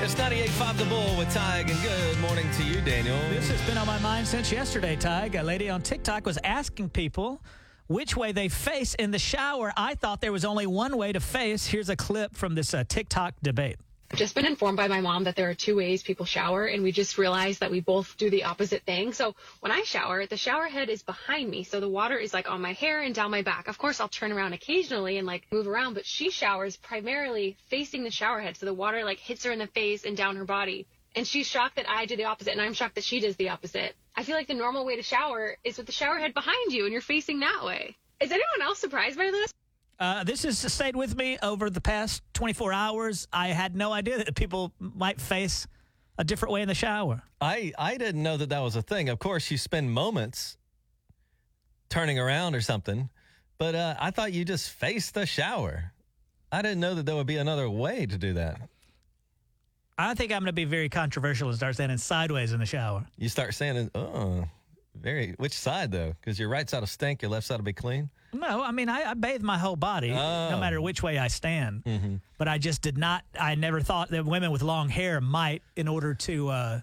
It's 98.5 The Bull with Tig, and good morning to you, Daniel. This has been on my mind since yesterday, Tig. A lady on TikTok was asking people which way they face in the shower. I thought there was only one way to face. Here's a clip from this uh, TikTok debate. just been informed by my mom that there are two ways people shower and we just realized that we both do the opposite thing. So when I shower, the shower head is behind me. So the water is like on my hair and down my back. Of course, I'll turn around occasionally and like move around, but she showers primarily facing the shower head. So the water like hits her in the face and down her body. And she's shocked that I do the opposite and I'm shocked that she does the opposite. I feel like the normal way to shower is with the shower head behind you and you're facing that way. Is anyone else surprised by this? Uh, this has stayed with me over the past 24 hours. I had no idea that people might face a different way in the shower. I, I didn't know that that was a thing. Of course, you spend moments turning around or something, but uh, I thought you just faced the shower. I didn't know that there would be another way to do that. I think I'm going to be very controversial and start standing sideways in the shower. You start saying, oh, very, which side though? Because your right side will stink, your left side will be clean. No, I mean I, I bathe my whole body, Oh. Mm-hmm. no matter which way I stand. But I just did not. I never thought that women with long hair might, in order to uh,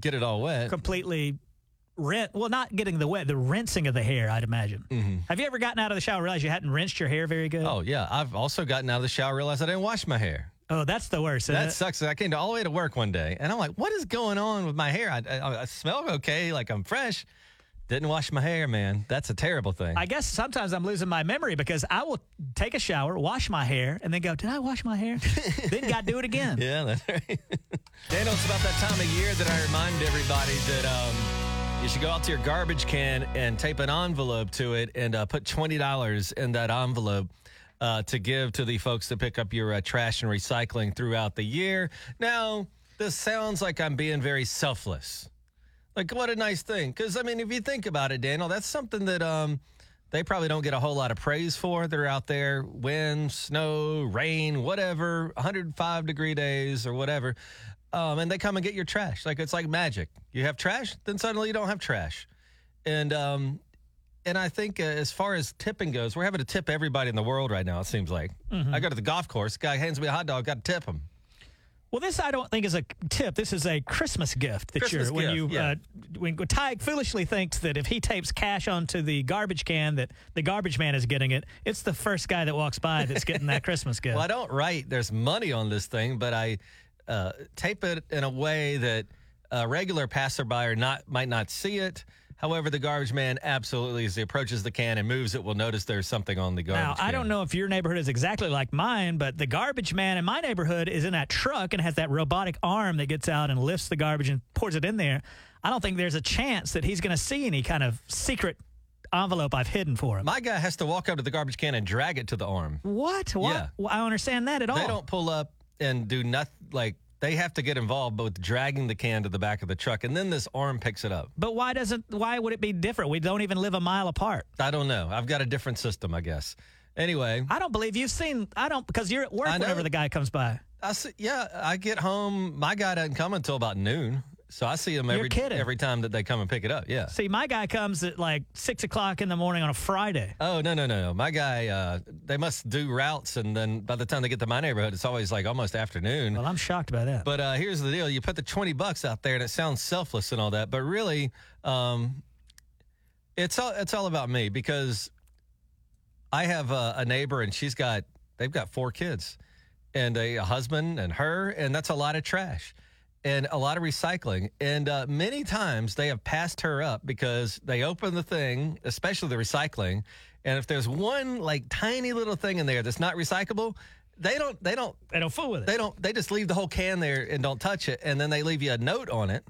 Get it all wet. completely rinse. Well, not getting the wet, the rinsing of the hair. I'd imagine. Have you ever gotten out of the shower and realized you hadn't rinsed your hair very good? Mm-hmm. Oh, yeah. I've also gotten out of the shower, realized I didn't wash my hair. Oh, that's the worst. isn't That it? sucks. I came to all the way to work one day, and I'm like, "What is going on with my hair? I, I, I smell okay, like I'm fresh. Didn't wash my hair, man. That's a terrible thing. I guess sometimes I'm losing my memory because I will take a shower, wash my hair, and then go, "Did I wash my hair?" then got to do it again. yeah, that's right. Daniel, it's about that time of year that I remind everybody that um, you should go out to your garbage can and tape an envelope to it, and uh, put twenty dollars in that envelope. Uh, to give to the folks that pick up your uh, trash and recycling throughout the year. Now, this sounds like I'm being very selfless. Like what a nice thing. Because I mean, if you think about it, Daniel, that's something that um they probably don't get a whole lot of praise for. They're out there, wind, snow, rain, whatever, 105 degree days or whatever. Um, and they come and get your trash. Like it's like magic. You have trash, then suddenly you don't have trash. And um and I think uh, as far as tipping goes, we're having to tip everybody in the world right now. It seems like I go to the golf course, guy hands me a hot dog, got to tip him. Well, this I don't think is a tip. This is a Christmas gift that Christmas you're when gift, you yeah. uh, when Tyke foolishly thinks that if he tapes cash onto the garbage can that the garbage man is getting it. It's the first guy that walks by that's getting that Christmas gift. Well, I don't write there's money on this thing, but I uh, tape it in a way that a regular passerby or not might not see it. However, the garbage man absolutely, as he approaches the can and moves it, will notice there's something on the garbage. Now, I can. don't know if your neighborhood is exactly like mine, but the garbage man in my neighborhood is in that truck and has that robotic arm that gets out and lifts the garbage and pours it in there. I don't think there's a chance that he's going to see any kind of secret envelope I've hidden for him. My guy has to walk up to the garbage can and drag it to the arm. what? What? Yeah. Well, I don't understand that at all. They don't pull up and do nothing. Like they have to get involved with dragging the can to the back of the truck, and then this arm picks it up. But why doesn't why would it be different? We don't even live a mile apart. I don't know. I've got a different system, I guess. Anyway, I don't believe you've seen I don't because you're at work I know. whenever the guy comes by. I see, yeah, I get home. My guy doesn't come until about noon, so I see him every kidding. every time that they come and pick it up. Yeah. See, my guy comes at like six o'clock in the morning on a Friday. Oh no no no no! My guy, uh, they must do routes, and then by the time they get to my neighborhood, it's always like almost afternoon. Well, I'm shocked by that. But uh, here's the deal: you put the twenty bucks out there, and it sounds selfless and all that, but really, um, it's all it's all about me because I have a, a neighbor, and she's got they've got four kids, and a, a husband, and her, and that's a lot of trash, and a lot of recycling, and uh, many times they have passed her up because they open the thing, especially the recycling, and if there's one like tiny little thing in there that's not recyclable. They don't. They don't they don't fool with it. they don't they just leave the whole can there and don't touch it and then they leave you a note on it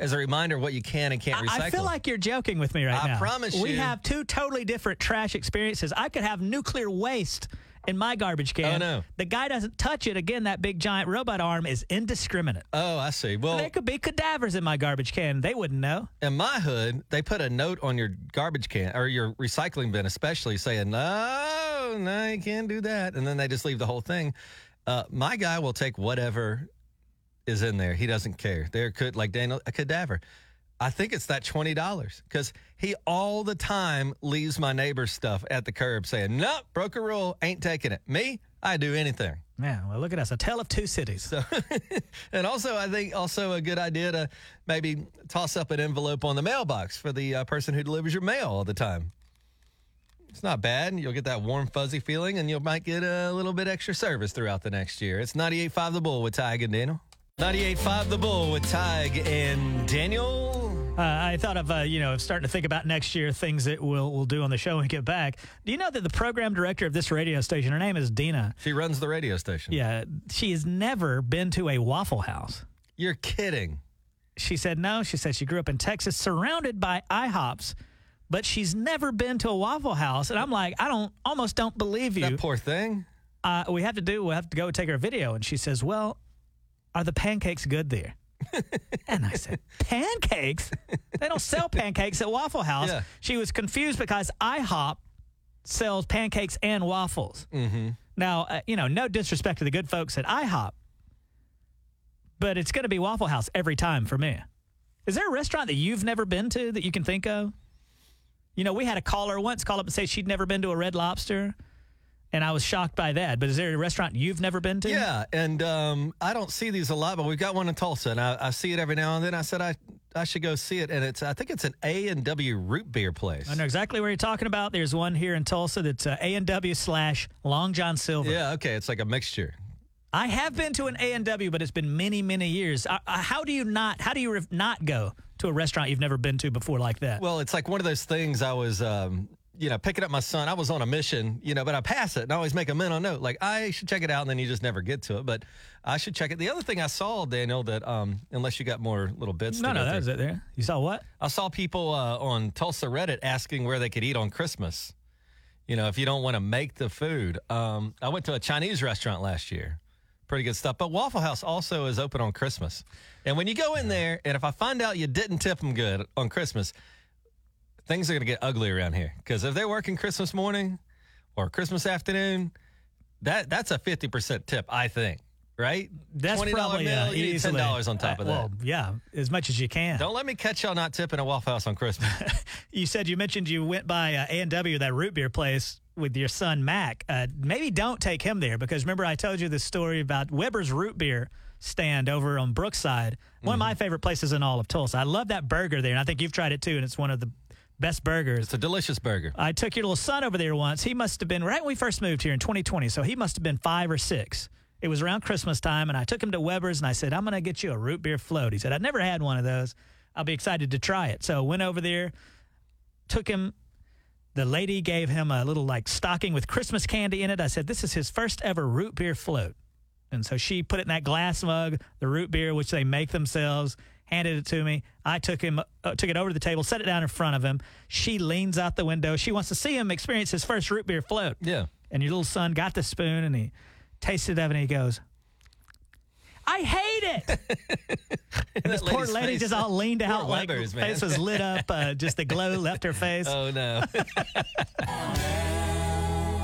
as a reminder of what you can and can't recycle I feel like you're joking with me right I now. promise We you. have two totally different trash experiences. I could have nuclear waste in my garbage can. Oh, no. The guy doesn't touch it. Again, that big giant robot arm is indiscriminate. oh i see well There could be cadavers in my garbage can. They wouldn't know. in my hood they put a note on your garbage can or your recycling bin especially saying no no you can't do that and then they just leave the whole thing uh, my guy will take whatever is in there he doesn't care there could like daniel a cadaver I think it's that twenty dollars because he all the time leaves my neighbor's stuff at the curb, saying, "Nope, broke a rule, ain't taking it." Me, I do anything. Man, well, look at us. A tale of two cities. So, and also, I think also a good idea to maybe toss up an envelope on the mailbox for the uh, person who delivers your mail all the time. It's not bad. and You'll get that warm, fuzzy feeling, and you might get a little bit extra service throughout the next year. It's 98.5 The Bull with Tig and Daniel. 98.5 The Bull with Tig and Daniel. Uh, I thought of, uh, you know, starting to think about next year, things that we'll, we'll do on the show when we get back. Do you know that the program director of this radio station, her name is Dina? She runs the radio station. Yeah, she has never been to a Waffle House. You're kidding. She said no. She said she grew up in Texas, surrounded by IHOPs, but she's never been to a Waffle House. And I'm like, I don't, almost don't believe you. That poor thing. uh, we have to do, we have to go take her a video. And she says, Well, are the pancakes good there? and I said, Pancakes? They don't sell pancakes at Waffle House. Yeah. She was confused because IHOP sells pancakes and waffles. Now, uh, you know, no disrespect to the good folks at IHOP, but it's going to be Waffle House every time for me. Is there a restaurant that you've never been to that you can think of? You know, we had a caller once call up and say she'd never been to a Red Lobster, and I was shocked by that. But is there a restaurant you've never been to? Yeah, and um, I don't see these a lot, but we've got one in Tulsa, and I, I see it every now and then. I said I I should go see it, and it's I think it's an A and W root beer place. I know exactly where you're talking about. There's one here in Tulsa that's uh, A and W slash Long John Silver. Yeah, okay, it's like a mixture. I have been to an A and W, but it's been many, many years. I, I, how do you not? How do you re- not go to a restaurant you've never been to before like that? Well, it's like one of those things. I was um, you know picking up my son. I was on a mission, you know, but I pass it and I always make a mental note, like I should check it out, and then you just never get to it. But I should check it. The other thing I saw, Daniel, that um, unless you got more little bits, no, to go no, through. that was it. There, you saw what? I saw people uh, on Tulsa Reddit asking where they could eat on Christmas. You know, if you don't want to make the food. Um, I went to a Chinese restaurant last year. Pretty good stuff. But Waffle House also is open on Christmas. And when you go in there, and if I find out you didn't tip them good on Christmas, things are going to get ugly around here. Because if they're working Christmas morning or Christmas afternoon, that that's a 50% tip, I think, right? That's $20 probably meal, uh, you need easily. $10 on top Uh, of that. Well, yeah, as much as you can. don't let me catch y'all not tipping a Waffle House on Christmas. You said you mentioned you went by uh, A&W, that root beer place, with your son Mac. Uh, maybe don't take him there because remember I told you the story about Weber's root beer stand over on Brookside, Mm-hmm. one of my favorite places in all of Tulsa. I love that burger there, and I think you've tried it too, and it's one of the best burgers. It's a delicious burger. I took your little son over there once. He must have been right when we first moved here in 2020, so he must have been five or six. It was around Christmas time, and I took him to Weber's and I said, I'm going to get you a root beer float. He said, I've never had one of those. I'll be excited to try it. So went over there, took him. The lady gave him a little like stocking with Christmas candy in it. I said, This is his first ever root beer float. And so she put it in that glass mug, the root beer, which they make themselves, handed it to me. I took him, uh, took it over to the table, set it down in front of him. She leans out the window. She wants to see him experience his first root beer float. Yeah. And your little son got the spoon and he tasted of it and he goes, I hate it. and this That poor lady's lady face- just all leaned Poor out like Weber's, man. face was lit up. Uh, just the glow left her face. Oh no.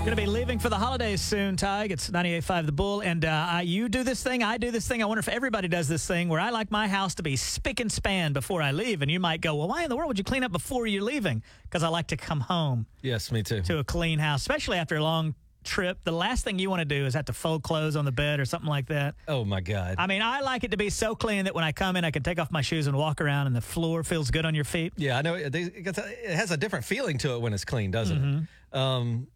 Going to be leaving for the holidays soon, Tig. It's 98.5 The Bull. And uh, I, you do this thing, I do this thing. I wonder if everybody does this thing where I like my house to be spick and span before I leave. And you might go, well, why in the world would you clean up before you're leaving? Because I like to come home yes, me too. to a clean house, especially after a long trip. The last thing you want to do is have to fold clothes on the bed or something like that. Oh my god. I mean, I like it to be so clean that when I come in, I can take off my shoes and walk around and the floor feels good on your feet. yeah, I know. It, they- it gets- it has a different feeling to it when it's clean, doesn't it? Um,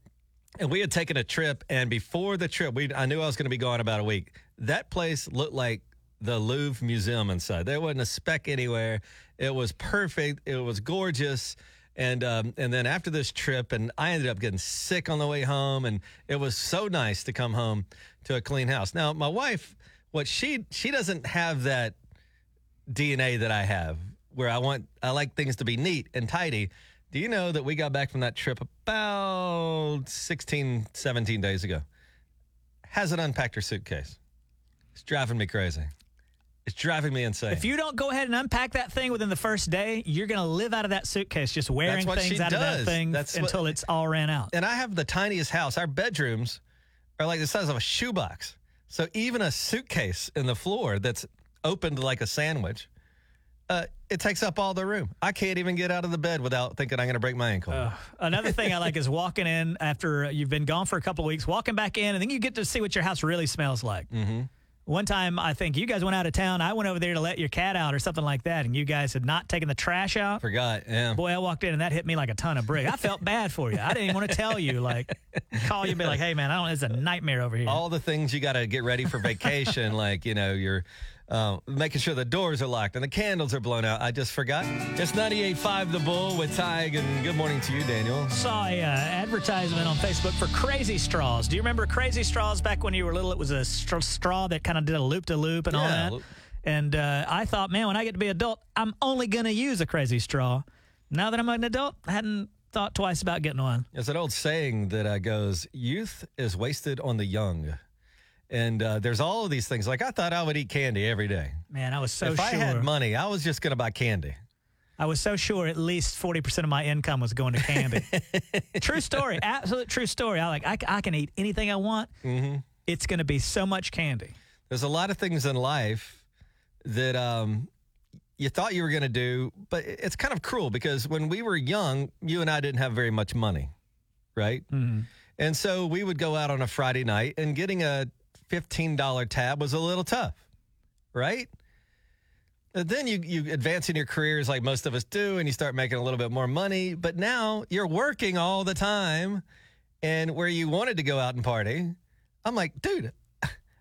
and we had taken a trip, and before the trip, we I knew I was going to be gone about a week. That place looked like the Louvre Museum inside. There wasn't a speck anywhere. It was perfect. It was gorgeous. And um, and then after this trip, and I ended up getting sick on the way home, and it was so nice to come home to a clean house. Now my wife, what she she doesn't have that DNA that I have, where I want I like things to be neat and tidy. Do you know that we got back from that trip about 16, 17 days ago? Hasn't unpacked her suitcase. It's driving me crazy. It's driving me insane. If you don't go ahead and unpack that thing within the first day, you're going to live out of that suitcase, just wearing what things she out of that does. thing That's what- until it's all ran out. and I have the tiniest house. Our bedrooms are like the size of a shoebox. So even a suitcase in the floor that's opened like a sandwich, uh, it takes up all the room. I can't even get out of the bed without thinking I'm going to break my ankle. Another thing I like is walking in after you've been gone for a couple of weeks, walking back in, and then you get to see what your house really smells like. Mm-hmm. One time, I think you guys went out of town. I went over there to let your cat out or something like that, and you guys had not taken the trash out. Forgot. Yeah. Boy, I walked in and that hit me like a ton of brick. I felt bad for you. I didn't even want to tell you, like, call you and be like, hey, man, I don't, it's a nightmare over here. all the things you got to get ready for vacation, like you know, you're uh, making sure the doors are locked and the candles are blown out. I just forgot. It's 98.5 The Bull with Tig, and good morning to you, Daniel. saw a uh, advertisement on Facebook for Crazy Straws. Do you remember Crazy Straws back when you were little? It was a str- straw that kind of did a loop to loop and all Yeah, that. loop. And uh, I thought, man, when I get to be adult, I'm only gonna use a crazy straw. Now that I'm an adult, I hadn't thought twice about getting one. There's an old saying that uh, goes, "Youth is wasted on the young," and uh, there's all of these things. Like I thought I would eat candy every day. Man, I was so if Oh, sure. I had money, I was just going to buy candy. I was so sure at least 40% of my income was going to candy. true story. Absolute true story. I like I, c- I can eat anything I want. Mm-hmm. It's going to be so much candy. There's a lot of things in life that um, you thought you were going to do, but it- it's kind of cruel because when we were young, you and I didn't have very much money, right? And so we would go out on a Friday night, and getting a $15 tab was a little tough, right? And then you, you advance in your careers like most of us do, and you start making a little bit more money. But now you're working all the time, and where you wanted to go out and party, I'm like, dude,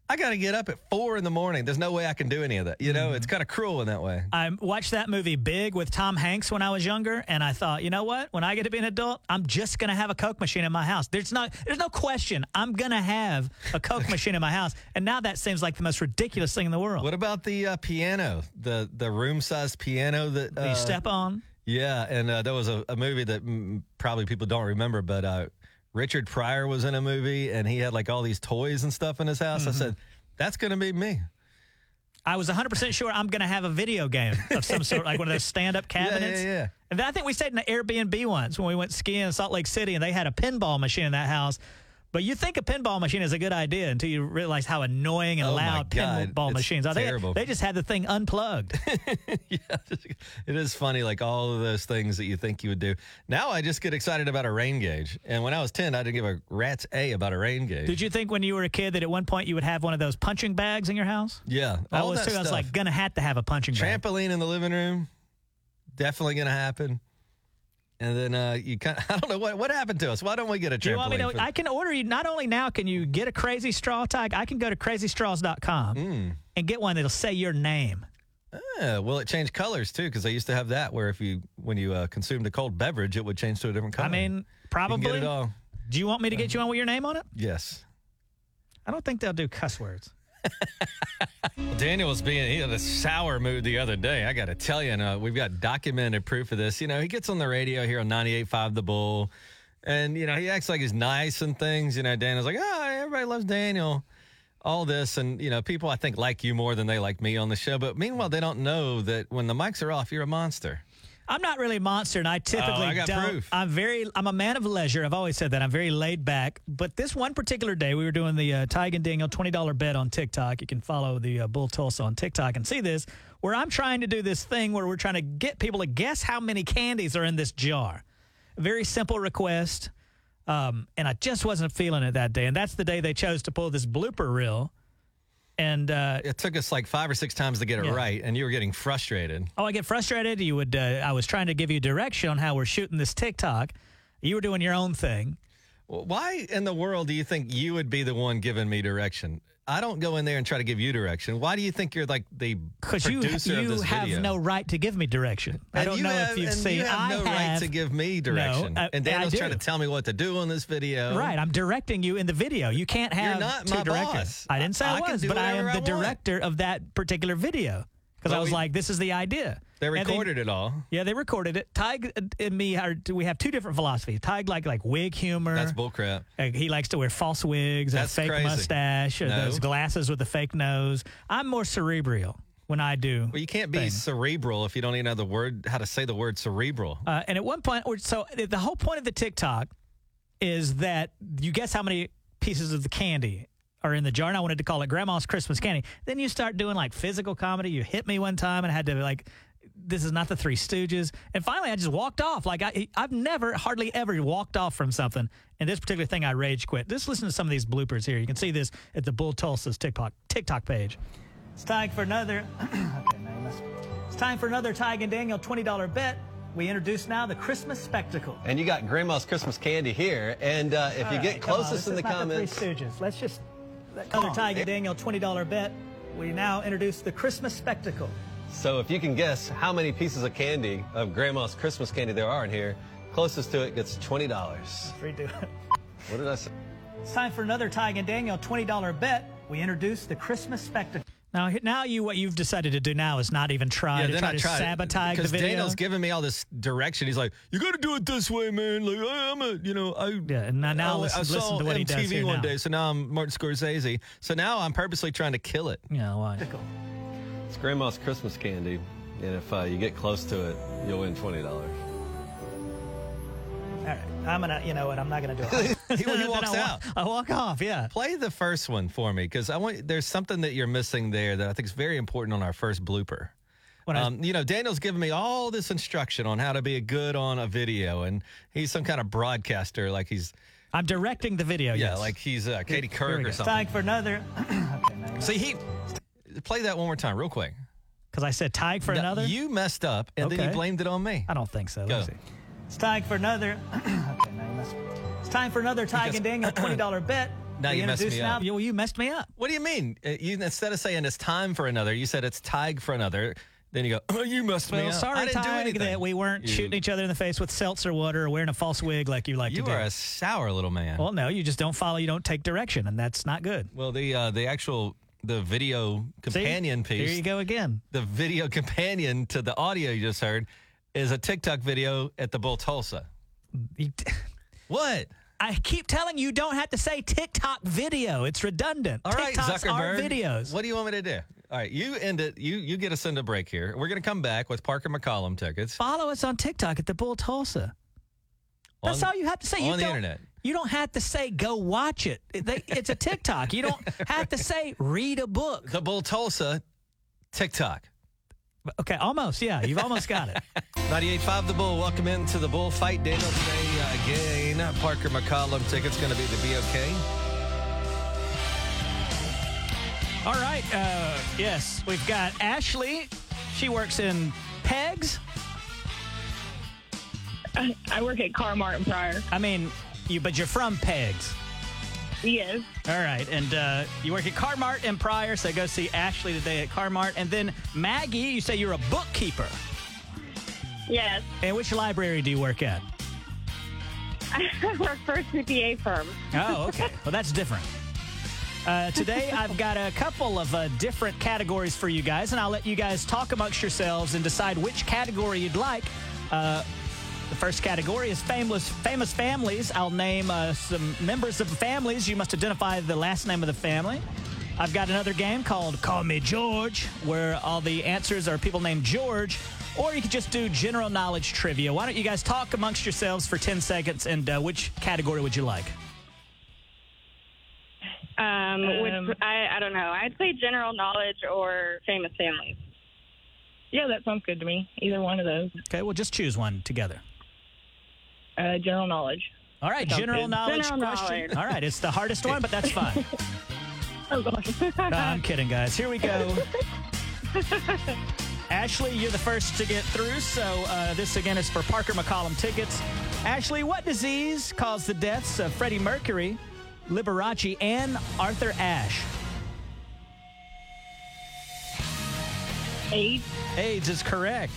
I got to get up at four in the morning. There's no way I can do any of that. You know, it's kind of cruel in that way. Mm-hmm. I watched that movie Big with Tom Hanks when I was younger, and I thought, you know what? When I get to be an adult, I'm just gonna have a Coke machine in my house. There's not, there's no question. I'm gonna have a Coke machine in my house, and now that seems like the most ridiculous thing in the world. What about the uh, piano, the the room sized piano that you uh, step on. Yeah, and uh, there was a, a movie that mm, probably people don't remember, but uh, Richard Pryor was in a movie and he had like all these toys and stuff in his house. I said, Mm-hmm. that's going to be me. I was 100% sure I'm going to have a video game of some sort, like one of those stand up yeah, cabinets. yeah. And I think we stayed in an Airbnb once when we went skiing in Salt Lake City, and they had a pinball machine in that house. But you think a pinball machine is a good idea until you realize how annoying and Oh my loud God, pinball it's machines are. They, terrible. they just had the thing unplugged. yeah. It is funny, like all of those things that you think you would do. Now I just get excited about a rain gauge. And when I was 10, I didn't give a rat's A about a rain gauge. Did you think when you were a kid that at one point you would have one of those punching bags in your house? Yeah. I all was that too. I was stuff. like, gonna have to have a punching bag. trampoline in the living room definitely going to happen. And then uh, you kind of, I don't know what what happened to us. Why don't we get a trampoline? Do you want me for- to? I can order you. Not only now can you get a crazy straw tag, I can go to crazystraws.com Hmm. and get one that'll say your name. Yeah, well, it changed colors too because I used to have that where if you when you uh, consumed a cold beverage, it would change to a different color. I mean, you can get probably. it all. Do you want me to get you on with your name on it? Yes. I don't think they'll do cuss words. Daniel was being he had a sour mood the other day. I got to tell you, and uh, we've got documented proof of this. You know, he gets on the radio here on 98.5 The Bull, and you know he acts like he's nice and things. You know, Daniel's like, oh, everybody loves Daniel. All this, and you know, people I think like you more than they like me on the show. But meanwhile, they don't know that when the mics are off, you're a monster. I'm not really a monster, and I typically Oh, I got don't. proof. I'm very. I'm a man of leisure. I've always said that. I'm very laid back. But this one particular day, we were doing the uh, Tig and Daniel twenty dollar bet on TikTok. You can follow the uh, Bull Tulsa on TikTok and see this. Where I'm trying to do this thing where we're trying to get people to guess how many candies are in this jar. Very simple request. Um, and I just wasn't feeling it that day. And that's the day they chose to pull this blooper reel. And uh, It took us like five or six times to get it Yeah. right, and you were getting frustrated. Oh, I get frustrated. You would. Uh, I was trying to give you direction on how we're shooting this TikTok. You were doing your own thing. Well, Why in the world do you think you would be the one giving me direction? I don't go in there and try to give you direction. Why do you think you're like the Because you producer of you this have video? no right to give me direction. I And don't you know have- if you've and seen. You have I no have right to give me direction. I- and I Daniel's do. trying to tell me what to do on this video. Right, I'm directing you in the video. You can't have You're not two my directors. boss. I didn't say I, I can was, do but I am whatever I the want. director of that particular video because I But was we- like, this is the idea. They And recorded it all. yeah, they recorded it. Tig and me are we have two different philosophies. Tig like like wig humor. That's bullcrap. Uh, He likes to wear false wigs, and a That's fake crazy. mustache, or No. those glasses with a fake nose. I'm more cerebral when I do. Well, you can't be cerebral if you don't even know the word how to say the word cerebral. Uh, and at one point, or- so the whole point of the TikTok is that you guess how many pieces of the candy are in the jar. And I wanted to call it Grandma's Christmas candy. Then you start doing like physical comedy. You hit me one time, and I had to like this is not the Three Stooges. And finally, I just walked off. Like I, I've never, hardly ever walked off from something. And this particular thing, I rage quit. Just listen to some of these bloopers here. You can see this at the Bull Tulsa's TikTok TikTok page. It's time for another. okay, man, that's- it's time for another Tig and Daniel twenty dollar bet. We introduce now the Christmas spectacle. And you got Grandma's Christmas candy here. And uh, if you All get right, come on, closest this in the is not comments, Three Stooges. Let's just another on, Tiger Nick. Daniel twenty dollar bet. We now introduce the Christmas spectacle. so if you can guess how many pieces of candy of Grandma's Christmas candy there are in here, closest to it gets twenty dollars. Redo it. What did I say? It's time for another Tiger Daniel twenty dollar bet. We introduce the Christmas spectacle. Now, he- now you what you've decided to do now is not even try to try to sabotage the because video. Daniel's giving me all this direction. He's like, "You got to do it this way, man." Like I'm a, you know, I yeah, and now, now I- listen, I listen saw to what MTV he does here one now. day, so now I'm Martin Scorsese. So now I'm purposely trying to kill it. Yeah, why? It's Grandma's Christmas candy, and if uh, you get close to it, you'll win twenty dollars. All right, I'm gonna, you know what? I'm not gonna do it. he Then I walks wa- out. I walk off. Yeah. Play the first one for me, because I want. There's something that you're missing there that I think is very important on our first blooper. When I- Um, you know, Daniel's given me all this instruction on how to be a good on a video, and he's some kind of broadcaster, like he's I'm directing the video. yeah, yes. like he's uh, Katie Here we Kirk go. or It's something. Time for another. See, he play that one more time, real quick. Because I said tag for Now, another. You messed up, and then Okay. you blamed it on me. I don't think so. Go. Let's see. It's time for another. Okay, now you messed- it's time for another Tig Because- and Daniel twenty dollar bet. Now We you messed introduce me up. now- You, you messed me up. What do you mean? Uh, You, instead of saying it's time for another, you said it's Tig for another. Then you go, oh, you messed me Well, up. I sorry, didn't do Tig, anything. that we weren't You- shooting each other in the face with seltzer water or wearing a false wig like you like You to are do. a sour little man. well, no, you just don't follow. You don't take direction, and that's not good. Well, the uh, the actual the video See? companion piece, Here you go again. the video companion to the audio you just heard, is a TikTok video at the Bull Tulsa. You- What? I keep telling you, you don't have to say TikTok video. It's redundant. All right, TikToks Zuckerberg. are videos. What do you want me to do? All right, you end it. You you get us into break here. We're gonna come back with Parker McCollum tickets. Follow us on TikTok at the Bull Tulsa. That's On- all you have to say. You on the don't- internet. You don't have to say go watch it. They, it's a TikTok. You don't have to say read a book. The Bull Tulsa TikTok. Okay, almost. Yeah, you've almost got it. 98.5 The Bull. Welcome into the Bull Fight. Daniel today again. Parker McCollum tickets going to be the BOK. All right. Uh, yes, we've got Ashley. She works in Pegs. I I work at Carmart and Pryor. I mean, you, but you're from Pegs. Yes. All right, and uh, you work at Carmart and Pryor, so go see Ashley today at Carmart. And then Maggie, you say you're a bookkeeper. Yes. And which library do you work at? I work for a CPA firm. Oh, okay. well, that's different. Uh, today, I've got a couple of uh, different categories for you guys, and I'll let you guys talk amongst yourselves and decide which category you'd like. Uh, the first category is famous famous families. I'll name uh, some members of families. You must identify the last name of the family. I've got another game called Call Me George, where all the answers are people named George, or you could just do general knowledge trivia. Why don't you guys talk amongst yourselves for 10 seconds, and uh, which category would you like? Um, which I, I don't know. I'd say general knowledge or famous families. Yeah, that sounds good to me. Either one of those. Okay, we'll just choose one together. Uh, general knowledge. All right, general good. knowledge General question. knowledge. All right, it's the hardest one, but that's fine. Oh, gosh. No, I'm kidding, guys. Here we go. Ashley, you're the first to get through, so uh, this again is for Parker McCollum tickets. Ashley, what disease caused the deaths of Freddie Mercury, Liberace, and Arthur Ashe? Eight. AIDS is correct.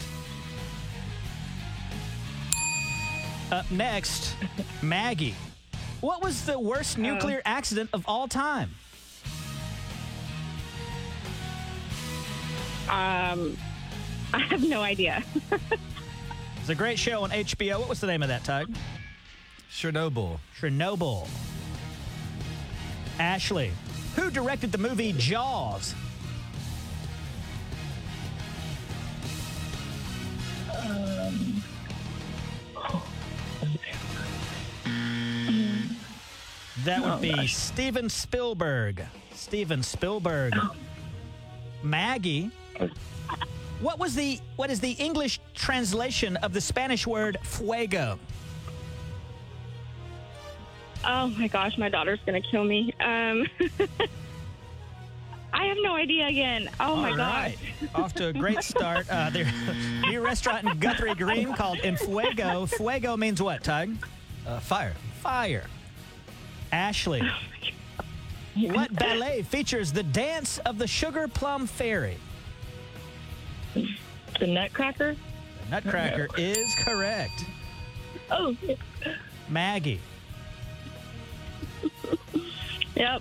Up next, Maggie. What was the worst nuclear accident of all time? Um, I have no idea. It's a great show on HBO. What was the name of that, Tug? Chernobyl. Chernobyl. Ashley, who directed the movie Jaws? That would be Steven Spielberg. Steven Spielberg. Maggie, What was the what is the English translation of the Spanish word fuego? Oh my gosh, my daughter's gonna kill me. Um, I have no idea again. Oh my All right. gosh. Off to a great start. Uh, there, new restaurant in Guthrie Green called En Fuego. Fuego means what, Tug? Uh, fire. Fire. Ashley. Oh What ballet features the dance of the Sugar Plum Fairy? The Nutcracker. The Nutcracker is correct. Oh, Maggie. Yep.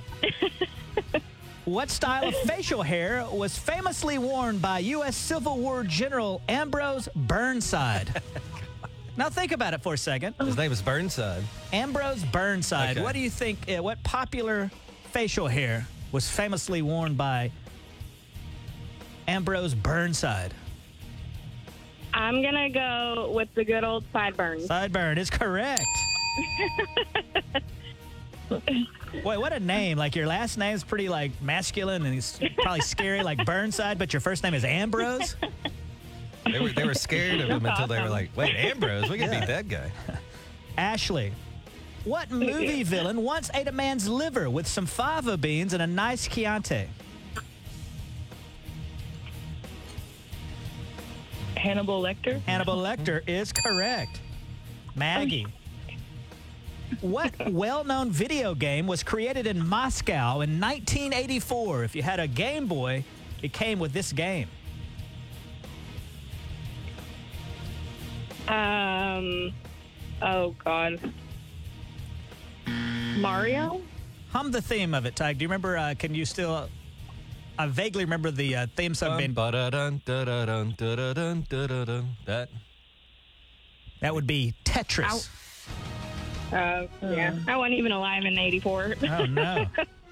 What style of facial hair was famously worn by U.S. Civil War General Ambrose Burnside? now think about it for a second. His name is Burnside. Ambrose Burnside. Okay. What do you think? Uh, what popular facial hair was famously worn by Ambrose Burnside? I'm gonna go with the good old sideburns. Sideburn is correct. Wait, what a name! Like your last name's pretty like masculine and it's probably scary, like Burnside, but your first name is Ambrose. They were they were scared of him until they were like, wait, Ambrose, we can beat that guy. Ashley, what movie villain once ate a man's liver with some fava beans and a nice Chianti? Hannibal Lecter. Hannibal Lecter is correct. Maggie. What well known video game was created in Moscow in 1984? If you had a Game Boy, it came with this game. Um, oh god. Mario? Hum the theme of it, Tig. Do you remember? Uh, can you still. I vaguely remember the uh, theme song being. Ba-da-dun, da-da-dun, da-da-dun, da-da-dun. That. That would be Tetris. Uh, yeah. I wasn't even alive in '84. Oh, no.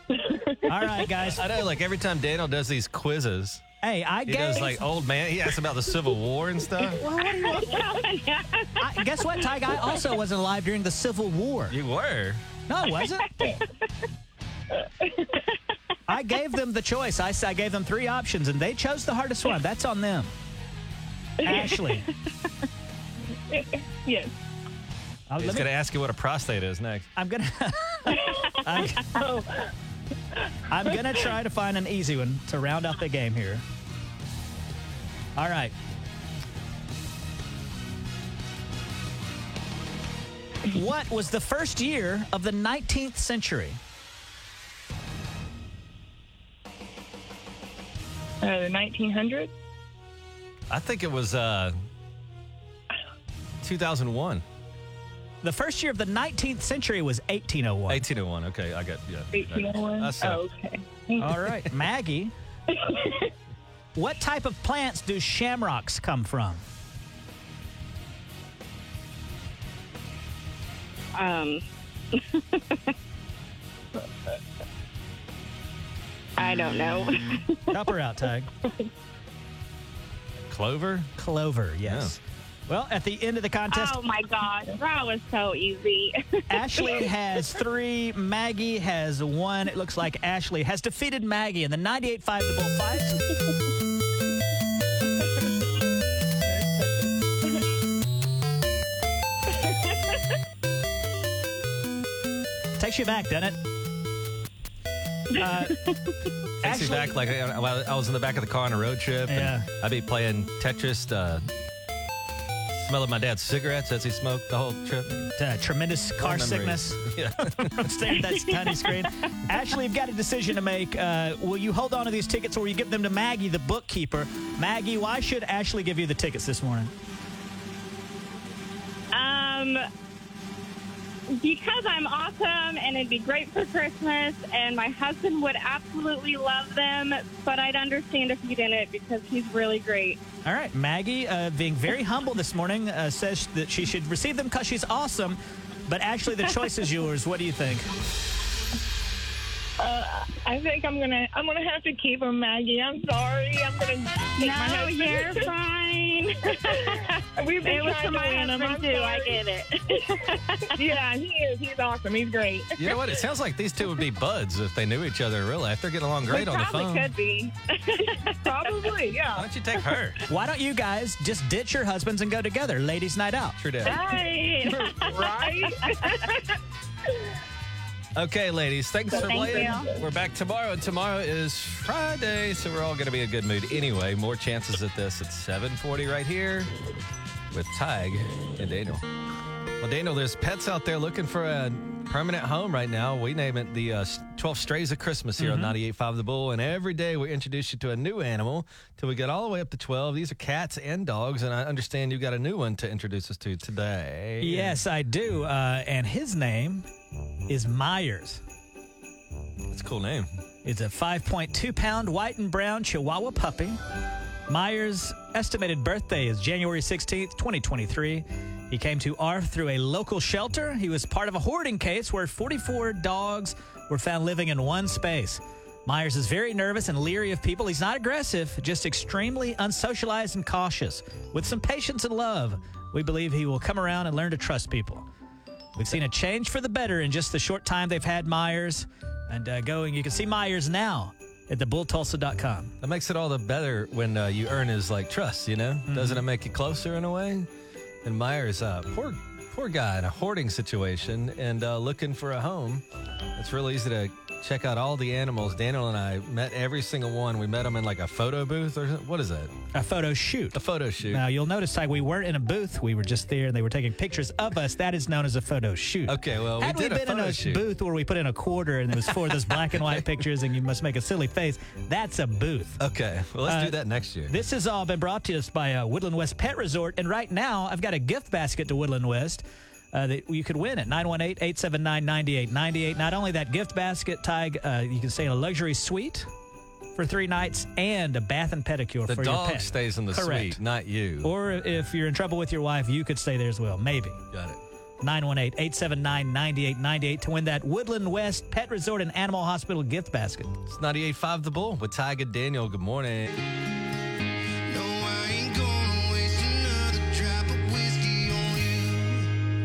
All right, guys. I know, like every time Daniel does these quizzes, Hey, I he gave. does like old man. He asks about the Civil War and stuff. I, guess what, Tig? I also wasn't alive during the Civil War. You were. No, I wasn't. I gave them the choice. I, s- I gave them three options, and they chose the hardest one. That's on them. Ashley, Yes. uh, He's going let me, to ask you what a prostate is next. I'm gonna. I'm, I'm gonna try to find an easy one to round out the game here. All right. What was the first year of the 19th century? Uh, the 1900s. I think it was uh, 2001. The first year of the 19th century was 1801. 1801. Okay, I got yeah. 1801. That's, Oh, uh, okay. All right, Maggie. what type of plants do shamrocks come from? Um, I don't know. Help her out, Tug. Clover. Clover, yes. Well, at the end of the contest, Oh my gosh, that was so easy. Ashley has three, Maggie has one. It looks like Ashley has defeated Maggie in the 98 5 the bull fight. Takes you back, doesn't it? Uh, Takes me Actually- back like I, I- I was in the back of the car on a road trip. and Yeah. I'd be playing Tetris. Uh, smelling my dad's cigarettes as he smoked the whole trip. uh, tremendous car memories. sickness Yeah. from staring at that tiny screen. Ashley, you've got a decision to make. Uh, will you hold on to these tickets or will you give them to Maggie, the bookkeeper? Maggie, why should Ashley give you the tickets this morning? Um, because I'm awesome and it'd be great for Christmas, and my husband would absolutely love them, but I'd understand if you didn't because he's really great. All right, Maggie, uh, being very humble this morning, uh, says that she should receive them because she's awesome. But Ashley, the choice is yours. What do you think? Uh, I think I'm gonna I'm gonna have to keep him, Maggie. I'm sorry. I'm gonna take my No, husband. you're fine. We've been it was trying for to my win him. I'm husband too. I sorry. get it. Yeah, he is. He's awesome. He's great. You know what? It sounds like these two would be buds if they knew each other in real life. They're getting along great We on the probably phone. could be. probably, Why yeah. don't you take her? Why don't you guys just ditch your husbands and go together, ladies' night out? Sure did. right. Right? Okay, ladies, thanks for Thank playing. you. We're back tomorrow, and tomorrow is Friday, so we're all going to be in a good mood. Anyway, more chances at this at 740 right here with Tig and Daniel. Well, Daniel, there's pets out there looking for a permanent home right now. We name it the uh, 12 Strays of Christmas here on 98.5 The Bull, and every day we introduce you to a new animal till we get all the way up to 12. These are cats and dogs, and I understand you've got a new one to introduce us to today. Yes, I do. Uh, and his name is Myers. It's a cool name. It's a 5.2 pound white and brown Chihuahua puppy. Myers' estimated birthday is January 16th, 2023. He came to ARF through a local shelter. He was part of a hoarding case where 44 dogs were found living in one space. Myers is very nervous and leery of people. He's not aggressive, just extremely unsocialized and cautious. With some patience and love, we believe he will come around and learn to trust people. We've seen a change for the better in just the short time they've had Myers. And uh, going, you can see Myers now at thebulltulsa.com. That makes it all the better when uh, you earn his like trust, you know. Mm-hmm. Doesn't it make you closer in a way? And Myers, uh, poor poor guy in a hoarding situation and uh, looking for a home. It's real easy to check out all the animals. Daniel and I met every single one. We met them in like a photo booth or what is that? A photo shoot. A photo shoot. Now, you'll notice, like, we weren't in a booth. We were just there and they were taking pictures of us. That is known as a photo shoot. Okay, well, we Had we, did a been in photo a shoot. booth where we put in a quarter and it was for those black and white pictures and you must make a silly face, that's a booth. Okay, well let's Uh, do that next year. This has all been brought to us by uh, Woodland West Pet Resort. And right now, I've got a gift basket to Woodland West uh, that you could win at 918 879 9898. Not only that gift basket, Tig, uh, you can stay in a luxury suite for three nights and a bath and pedicure the for your dog pet. stays in the Correct. suite, not you. Or if you're in trouble with your wife, you could stay there as well. Maybe. Got it. 918 879 9898 to win that Woodland West Pet Resort and Animal Hospital gift basket. It's 98.5 The Bull with Tiger Daniel. Good morning.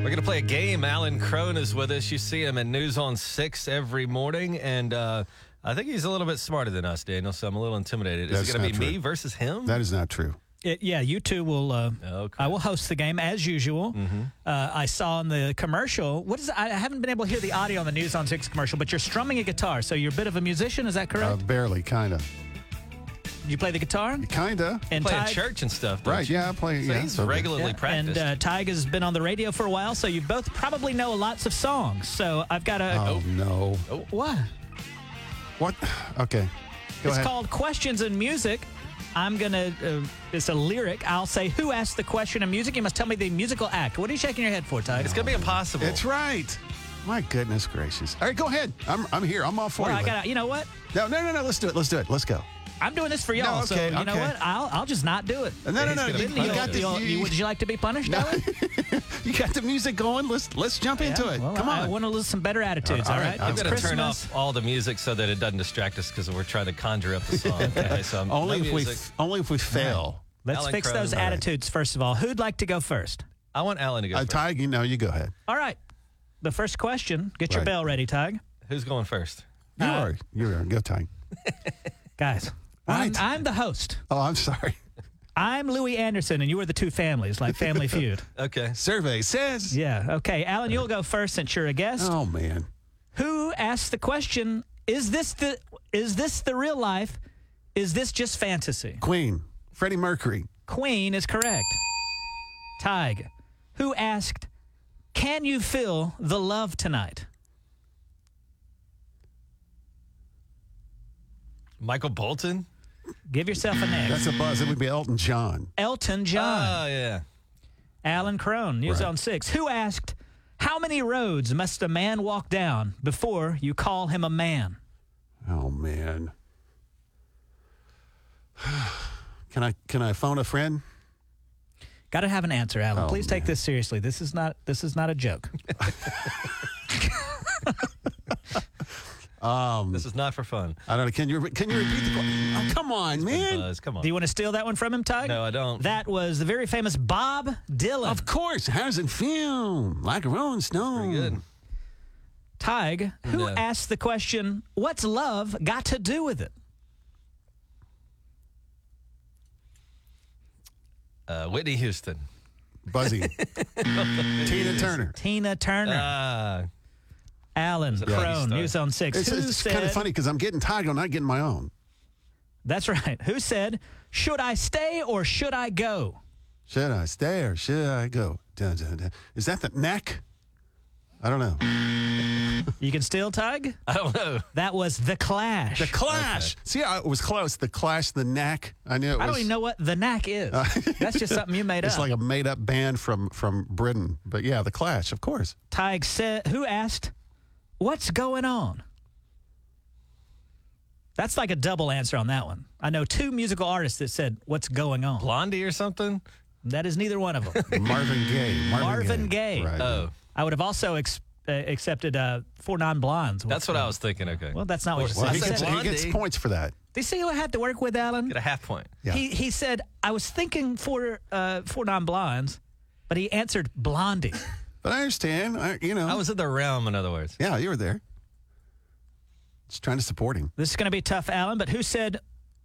We're going to play a game. Alan Crone is with us. You see him in News on 6 every morning. And uh, I think he's a little bit smarter than us, Daniel, so I'm a little intimidated. Is That's it going to be not me true. versus him? That is not true. It, yeah, you two will. Uh, Oh, crap. I will host the game as usual. Mm-hmm. Uh, I saw in the commercial. What is? I haven't been able to hear the audio on the News on Six commercial, but you're strumming a guitar, so you're a bit of a musician. Is that Uh, Um, correct? barely, kinda, you play the guitar kinda. and play in Tig- church and stuff, don't Right? you? Yeah, I play. So yeah, he's so- regularly Yeah, practiced. And uh, Tig has been on the radio for a while, so you both probably know lots of songs. So I've got a Um, Oh no! what? What? Okay. Go it's ahead. called Questions in Music. I'm gonna. Uh, it's a lyric. I'll say who asked the question in music. You must tell me the musical act. What are you shaking your head for, Tig? it's going to be impossible. It's right. My goodness gracious! All right, go ahead. I'm, I'm here. I'm all for Well, you. I Lynn. got. to You know what? No, no, no, no. Let's do it. Let's do it. Let's go. I'm doing this for y'all, No, okay, so you know okay. what? I'll, I'll just not do it. No, no, He's no. gonna You, be you punished. got the You- you, you- would you like to be punished? No. Ellen? you got the music going. Let's let's jump into Yeah, it. well, Come I- on. I want to lose some better attitudes. All all right, right, I'm it's I'm going to Christmas. turn off all the music so that it doesn't distract us because we're trying to conjure up the song. okay, so I'm- only no if we music. f- only if we fail. Let's Alan fix Cronin. those All right. attitudes first of all. Who'd like to go first? I want Alan to go Uh, first. Ty, you know, you go ahead. All right, the first question. Get your Right. bell ready, Tig. Who's going first? You Uh, are. You are. Go, Ty. Guys, I'm, Right. I'm the host. Oh, I'm sorry. I'm Louis Anderson, and you are the two families, like Family Feud. Okay. Survey says. Yeah. Okay, Alan, you'll go first since you're a guest. Oh man. Who asked the question? Is this the is this the real life? Is this just fantasy? Queen. Freddie Mercury. Queen is correct. Tig, who asked, Can you feel the love tonight? Michael Bolton? Give yourself an X. That's a buzz. It would be Elton John. Elton John. Oh, yeah. Alan Crone, News Right. on Six. Who asked, How many roads must a man walk down before you call him a man? Oh man. Can I can I phone a friend? Gotta have an answer, Alan. Oh, Please take this seriously. This is not this is not a joke. Um, This is not for fun. I don't know. Can you can you repeat the question? Oh, come on, man. Buzz, come on. Do you want to steal that one from him, Tug? No, I don't. That was the very famous Bob Dylan. Of course. How's it feel? Like a rolling stone. Pretty good. Tig, who No. asked the question, What's love got to do with it? Uh, Whitney Houston. Buzzy. Tina Turner. Tina Turner. Uh, Alan Crone, star. News on 6. It's, who it's said, kind of funny because I'm getting Tiger, not getting my own. That's right. Who said, Should I stay or should I go? Should I stay or should I go? Dun, dun, dun. Is that the neck? I don't know. You can steal, Tig? I don't know. That was The Clash. The Clash. See, I was close. The Clash, the neck. I knew it was. I don't even know what The Knack is. That's just something you made Uh, It's up. like a made up band from from Britain. But yeah, The Clash, of course. Tig said, Who asked, What's going on? That's like a double answer on that one. I know two musical artists that said, What's going on? Blondie or something? That is neither one of them. Marvin Gaye. Marvin, Marvin Gaye. Right. Oh, I would have also ex- uh, accepted uh, Four Non Blondes. that's what I was thinking. Okay. Well, that's not what you Well, said. he, You I said gets, said- he Blondie. gets points for that. Do you see who I had to work with, Alan? Get a half point. Yeah. He, he said, I was thinking Four, uh, four Non Blondes, but he answered Blondie. But I understand. I, you know. I was in the realm, in other words. yeah, you were there. Just trying to support him. this is going to be tough, Alan, but who said,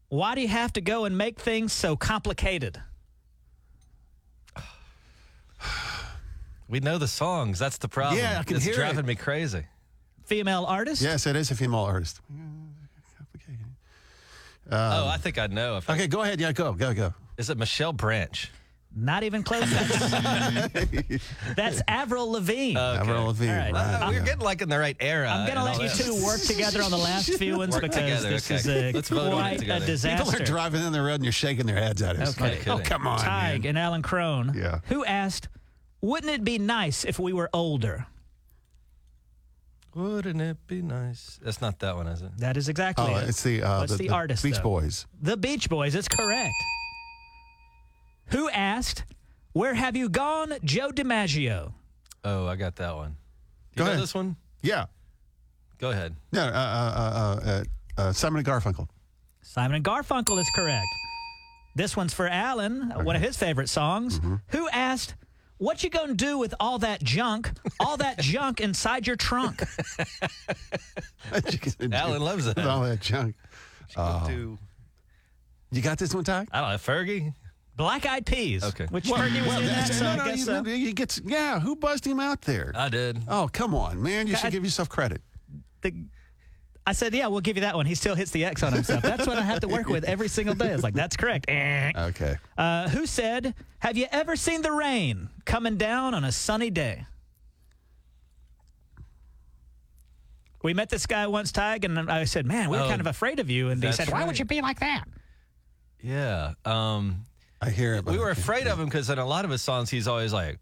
Why do you have to go and make things so complicated? We know the songs. That's the problem. Yeah, I can it's hear driving it. me crazy. Female artist? Yes, it is a female artist. oh, I think I know. If I, Um, Okay, go ahead. Yeah, go, go, go. is it Michelle Branch? Not even close. That's, that's Avril Lavigne. Avril Lavigne. All right. Uh, yeah. we're getting like in the right era. I'm going to and let all you that. two work together on the last few ones Work because together, this okay. is a Let's vote on it quite a together. disaster. People are driving in the road and you're shaking their heads at us. Okay. Like, oh, come on. man. Tig and Alan Crone, Yeah. who asked, "Wouldn't it be nice if we were older?" Wouldn't it be nice? That's not that one, is it? That is exactly Oh, it. it's the uh, What's the artist, Beach though? Boys. The Beach Boys. It's correct. Who asked, "Where have you gone, Joe DiMaggio?" Oh, I got that one. Do Go you know ahead. this one? Yeah. Go ahead. No. Uh, uh, uh, uh, uh, Simon and Garfunkel. Simon and Garfunkel is correct. This one's for Alan, one of his favorite songs. Who asked, "What you gonna do with all that junk? All that junk inside your trunk?" Alan loves it. With all that junk. Oh. Do- You got this one, Ty? I don't know. Fergie? Black Eyed Peas. Okay. Which Fergie was in that, so I no, no, guess you, so. Uh, no, you gets, yeah, who buzzed him out there? I did. oh, come on, man. You I- should give yourself credit. the I said, yeah, we'll give you that one. He still hits the X on himself. That's what I have to work with every single day. It's like, that's correct. Eh. Okay. Uh, who said, have you ever seen the rain coming down on a sunny day? We met this guy once, Tig, and I said, man, we were Oh, kind of afraid of you. And he that's said, why right. would you be like that? Yeah. Um, I hear it. but we were I can't- afraid of him because in a lot of his songs, he's always like,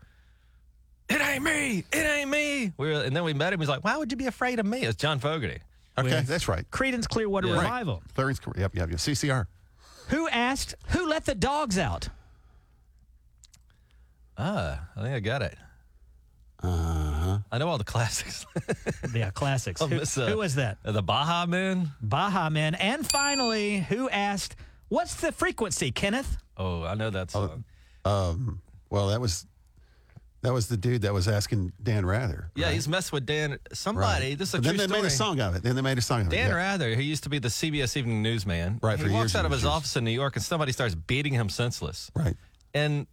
"It ain't me, it ain't me." We were, and then we met him. He's like, "Why would you be afraid of me?" It's John Fogerty. Okay, that's right. Credence Clearwater Yeah. Right. Revival. Clearance, yep, yep, yep. CCR. Who asked, who let the dogs out? Ah, I think I got it. Uh-huh. Uh huh. I know all the classics. Yeah, classics. Who, Oh, miss a- who was that? the Baja Men. Baja Men. And finally, who asked, what's the frequency, Kenneth? Oh, I know that song. Well, that was that was the dude that was asking Dan Rather. yeah, he's messed with Dan. Somebody. This is a true But then they story. made a song of it. Then they made a song of Dan it. yeah. Rather, who used to be the CBS Evening Newsman, Right, he for walks years out of and his years. office in New York and somebody starts beating him senseless. Right. And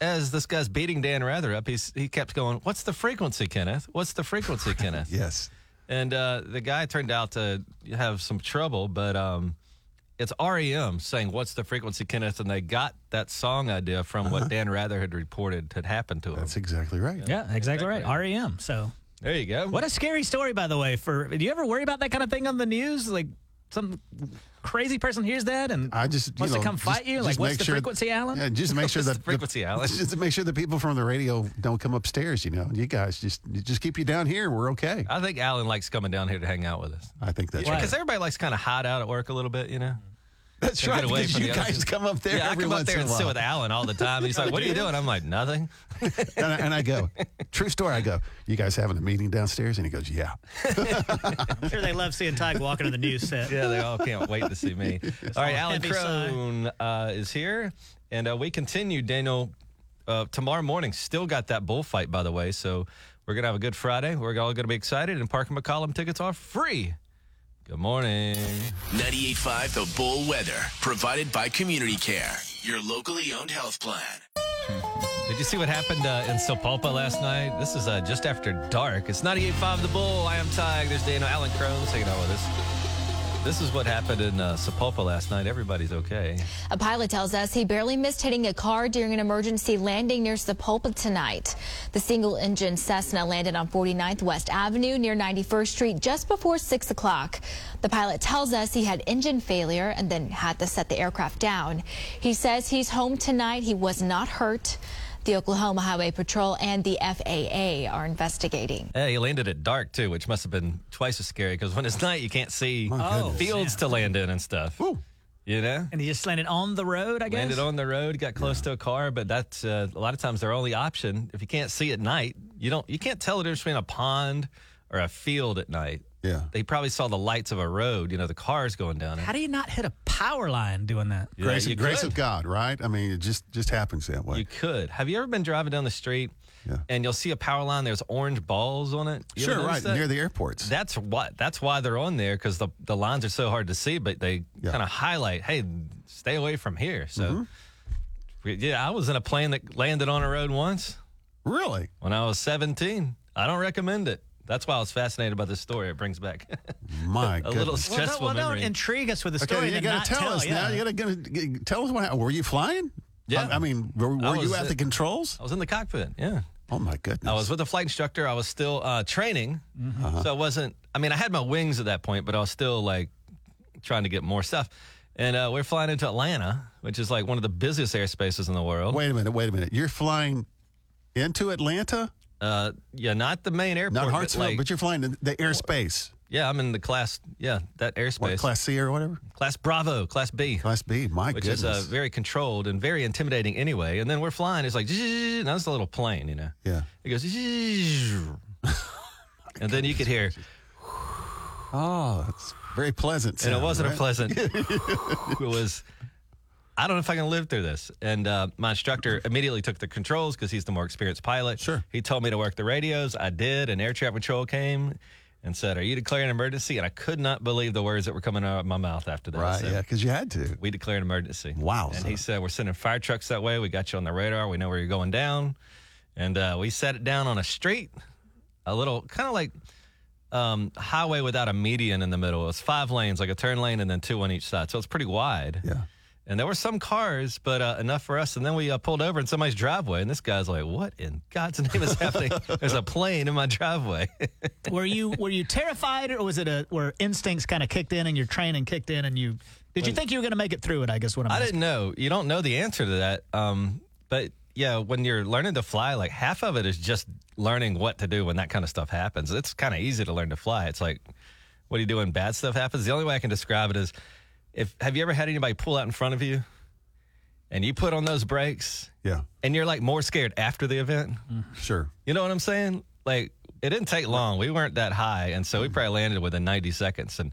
as this guy's beating Dan Rather up, he's, he kept going, What's the frequency, Kenneth? What's the frequency, Kenneth? Yes. And uh, the guy turned out to have some trouble, but um, it's REM saying, What's the frequency, Kenneth? And they got that song idea from what Dan Rather had reported had happened to him. Uh-huh. That's exactly right. Yeah, exactly right. REM. E So, there you go. what a scary story, by the way. For do you ever worry about that kind of thing on the news? Like some crazy person hears that and I just you wants know, to come just- fight you. Like, just what's make the sure- frequency, Alan? Yeah, just make sure What's that the frequency, Alan? Just to make sure the people from the radio don't come upstairs. You know, you guys just you just keep you down here. We're okay. I think Alan likes coming down here to hang out with us. I think that's Because right. everybody likes to kind of hide out at work a little bit, you know? That's Take it right. away because from you the other guys come up there yeah, I every come up once there in and a while. sit Oh, with Alan all the time. He's like, "What are you doing?" I'm like, "Nothing." and, I, and I go, true story. I go, you guys having a meeting downstairs? And he goes, yeah. I'm sure they love seeing Tig walking to the news set. Yeah, they all can't wait to see me. All right, all Alan heavy sigh. Crone uh, is here, and uh, we continue, Daniel. Uh, tomorrow morning, still got that bullfight, by the way. So we're gonna have a good Friday. We're all gonna be excited, and Parker McCollum tickets are free. Good morning. 98.5 The Bull Weather, provided by Community Care, your locally owned health plan. Did you see what happened uh, in Sopulpa last night? This is uh, just after dark. It's 98.5 The Bull. I am Tig. There's Daniel Allen Crones hanging out with us. This is what happened in uh, Sepulpa last night. Everybody's okay. A pilot tells us he barely missed hitting a car during an emergency landing near Sepulpa tonight. The single engine Cessna landed on 49th West Avenue near 91st Street just before 6 o'clock. The pilot tells us he had engine failure and then had to set the aircraft down. He says he's home tonight. He was not hurt. The Oklahoma Highway Patrol and the FAA are investigating. Yeah, he landed at dark too, which must have been twice as scary because when it's night, you can't see goodness. fields to land in and stuff. You know? Oh, And he just landed on the road, I guess. Landed on the road, got close to a car, but that's uh, a lot of times their only option. If you can't see at night, you don't. You can't tell the difference between a pond or a field at night. Yeah. They probably saw the lights of a road. You know, the cars going down. it. How do you not hit a power line doing that? Yeah, grace, you grace could. of God, right? I mean, it just just happens that way. You could. Have you ever been driving down the street Yeah. and you'll see a power line? There's orange balls on it. You ever sure, notice right that? near the airports. That's what. That's why they're on there because the the lines are so hard to see, but they Yeah. kind of highlight. Hey, stay away from here. So, yeah, I was in a plane that landed on a road once really? when I was 17. I don't recommend it. That's why I was fascinated by this story. It brings back My a little goodness. Well, don't, stressful well, don't memory. intrigue us with the story. Okay, and you then got not to tell us yeah. now. You got to g- tell us what happened. Were you flying? Yeah. I, I mean, were, I were was you at at- the controls? I was in the cockpit. Yeah. Oh my goodness! I was with a flight instructor. I was still uh, training, so I wasn't. I mean, I had my wings at that point, but I was still like trying to get more stuff. And uh, we're flying into Atlanta, which is like one of the busiest airspaces in the world. Wait a minute. Wait a minute. You're flying into Atlanta, Uh, yeah, not the main airport. not but, Hartsville, like- but you're flying in the airspace. yeah, I'm in the class. Yeah, that What airspace. class C or whatever? Class Bravo, Class B. Class B. My Mm-hmm. which goodness. is uh, very controlled and very intimidating anyway. And then we're flying. It's like, "Zzzz," and that's a little plane, you know. yeah. It goes, "Zzzz." and then you could hear, Oh, it's very pleasant. and it sound, wasn't right? a pleasant. it was, I don't know if I can live through this. And uh, my instructor immediately took the controls because he's the more experienced pilot. Sure. He told me to work the radios. I did. And air traffic control came and said, Are you declaring an emergency? And I could not believe the words that were coming out of my mouth after that. Right. So, Yeah, because you had to. We declare an emergency. Wow, And son. he said, We're sending fire trucks that way. We got you on the radar. We know where you're going down. And uh, we set it down on a street, a little kind of like um, highway without a median in the middle. It was five lanes, like a turn lane, and then two on each side. So it's pretty wide. Yeah. And there were some cars, but uh, enough for us. And then we uh, pulled over in somebody's driveway, and this guy's like, "What in God's name is happening? There's a plane in my driveway." were you were you terrified, or was it a where instincts kind of kicked in and your training kicked in and you did you think you were going to make it through it? I guess what I'm I asking. didn't know. You don't know the answer to that. Um, but yeah, when you're learning to fly, like half of it is just learning what to do when that kind of stuff happens. It's kind of easy to learn to fly. It's like, what do you do when bad stuff happens? The only way I can describe it is, if have you ever had anybody pull out in front of you, and you put on those brakes, Yeah. and you're like more scared after the event? Sure. You know what I'm saying? Like it didn't take long. We weren't that high, and so we Mm-hmm. probably landed within 90 seconds and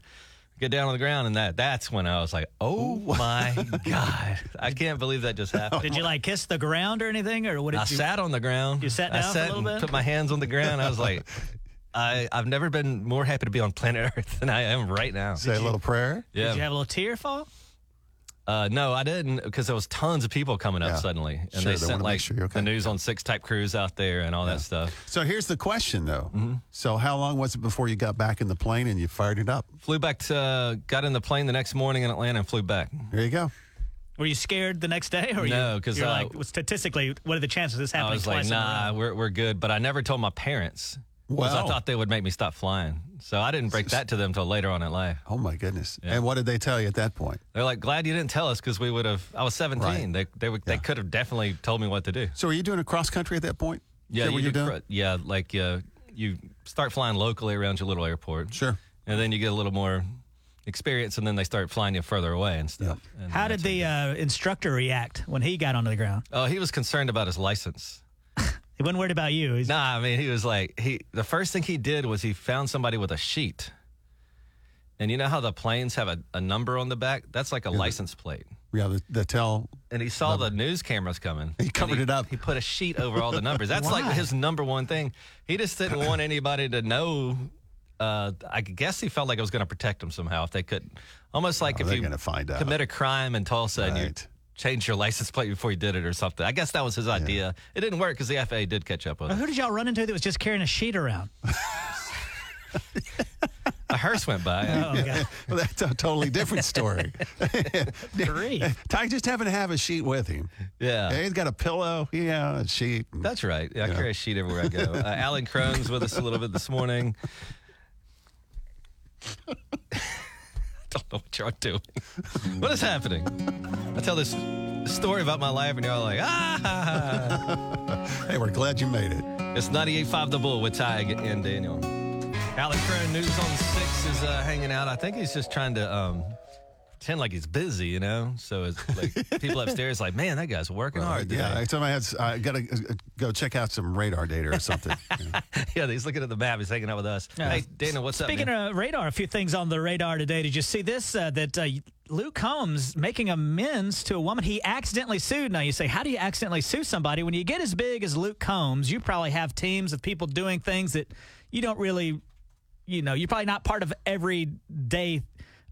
get down on the ground. And that that's when I was like, oh my god, I can't believe that just happened. Did you like kiss the ground or anything, or what did I you? sat on the ground. You sat I down for a sat little and bit? put my hands on the ground. I was like, I I've never been more happy to be on planet Earth than I am right now. Say a little prayer. Yeah. Did you have a little tear fall? Uh, no, I didn't because there was tons of people coming up Yeah. suddenly, and Sure, they, they wanna sent make like sure you're okay. the news on six type crews out there and all that stuff. So here's the question, though. Mm-hmm. So how long was it before you got back in the plane and you fired it up? Flew back to uh, got in the plane the next morning in Atlanta and flew back. There you go. Were you scared the next day? Or No, you- 'cause, you're uh, like well, statistically, what are the chances of this I happening? was like, twice in a nah, row?" we're, we're good. But I never told my parents because I Wow. thought they would make me stop flying. So I didn't break that to them until later on in life. Oh my goodness! And what did they tell you at that point? They're like, glad you didn't tell us because we would have. I was 17. Right. They they, would they could have definitely told me what to do. So were you doing a cross country at that point? Is that what you you're do doing? cr- yeah, like uh, you start flying locally around your little airport. Sure. And then you get a little more experience, and then they start flying you further away and stuff. And How did that's the uh, instructor react when he got onto the ground? what- Oh, he was concerned about his license. He wasn't worried about you. He's, Nah, I mean, he was like, he. The first thing he did was he found somebody with a sheet, and you know how the planes have a, a number on the back. That's like a license plate. Yeah, the, the tell. And he saw the news cameras coming. He and covered it up. He put a sheet over all the numbers. That's like Why? his number one thing. He just didn't want anybody to know. Uh, I guess he felt like it was going to protect him somehow if they couldn't. Almost like if Oh, they're you gonna find out. commit a crime in Tulsa and you Right. change your license plate before you did it or something. I guess that was his idea. It didn't work because the FAA did catch up with it. who did y'all run into that was just carrying a sheet around? A hearse went by. Oh, God. Well, that's a totally different story. Three. Ty just happened to have a sheet with him. Yeah. Yeah, he's got a pillow. Yeah, a sheet. That's right. Yeah, I carry a sheet everywhere I go. Uh, Alan Crone's with us a little bit this morning. Don't know what y'all doing. What is happening? I tell this story about my life, and y'all are like, ah! Hey, we're glad you made it. It's 98.5 The Bull with Ty and Daniel. Alan Crone, News on 6 is uh, hanging out. I think he's just trying to um, pretend like he's busy, you know? So it's like people upstairs like, man, that guy's working hard today. Yeah, I told him I had. s- I got to uh, go check out some radar data or something. Yeah. Yeah, he's looking at the map. He's hanging out with us. Hey, Dana, what's up? Speaking man? of radar, a few things on the radar today. Did you see this? Uh, that uh, Luke Combs making amends to a woman he accidentally sued. Now you say, how do you accidentally sue somebody when you get as big as Luke Combs? You probably have teams of people doing things that you don't really, you know, you're probably not part of everyday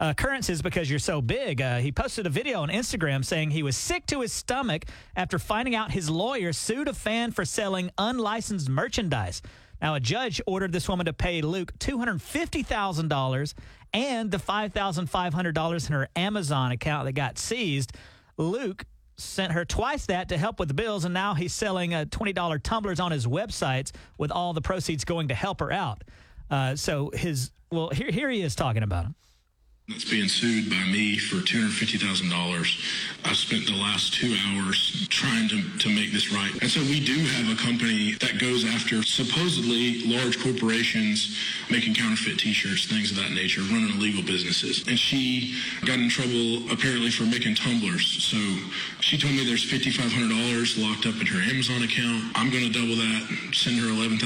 uh, occurrences because you're so big. Uh, he posted a video on Instagram saying he was sick to his stomach after finding out his lawyer sued a fan for selling unlicensed merchandise. Now, a judge ordered this woman to pay Luke $250,000 and the $5,500 in her Amazon account that got seized. Luke sent her twice that to help with the bills, and now he's selling uh, $20 tumblers on his websites with all the proceeds going to help her out. Uh, so his well, here here he is talking about him. That's being sued by me for $250,000. I've spent the last two hours trying to, to make this right. And so we do have a company that goes after supposedly large corporations making counterfeit t-shirts, things of that nature, running illegal businesses. And she got in trouble apparently for making tumblers. So she told me there's $5,500 locked up in her Amazon account. I'm going to double that, send her $11,000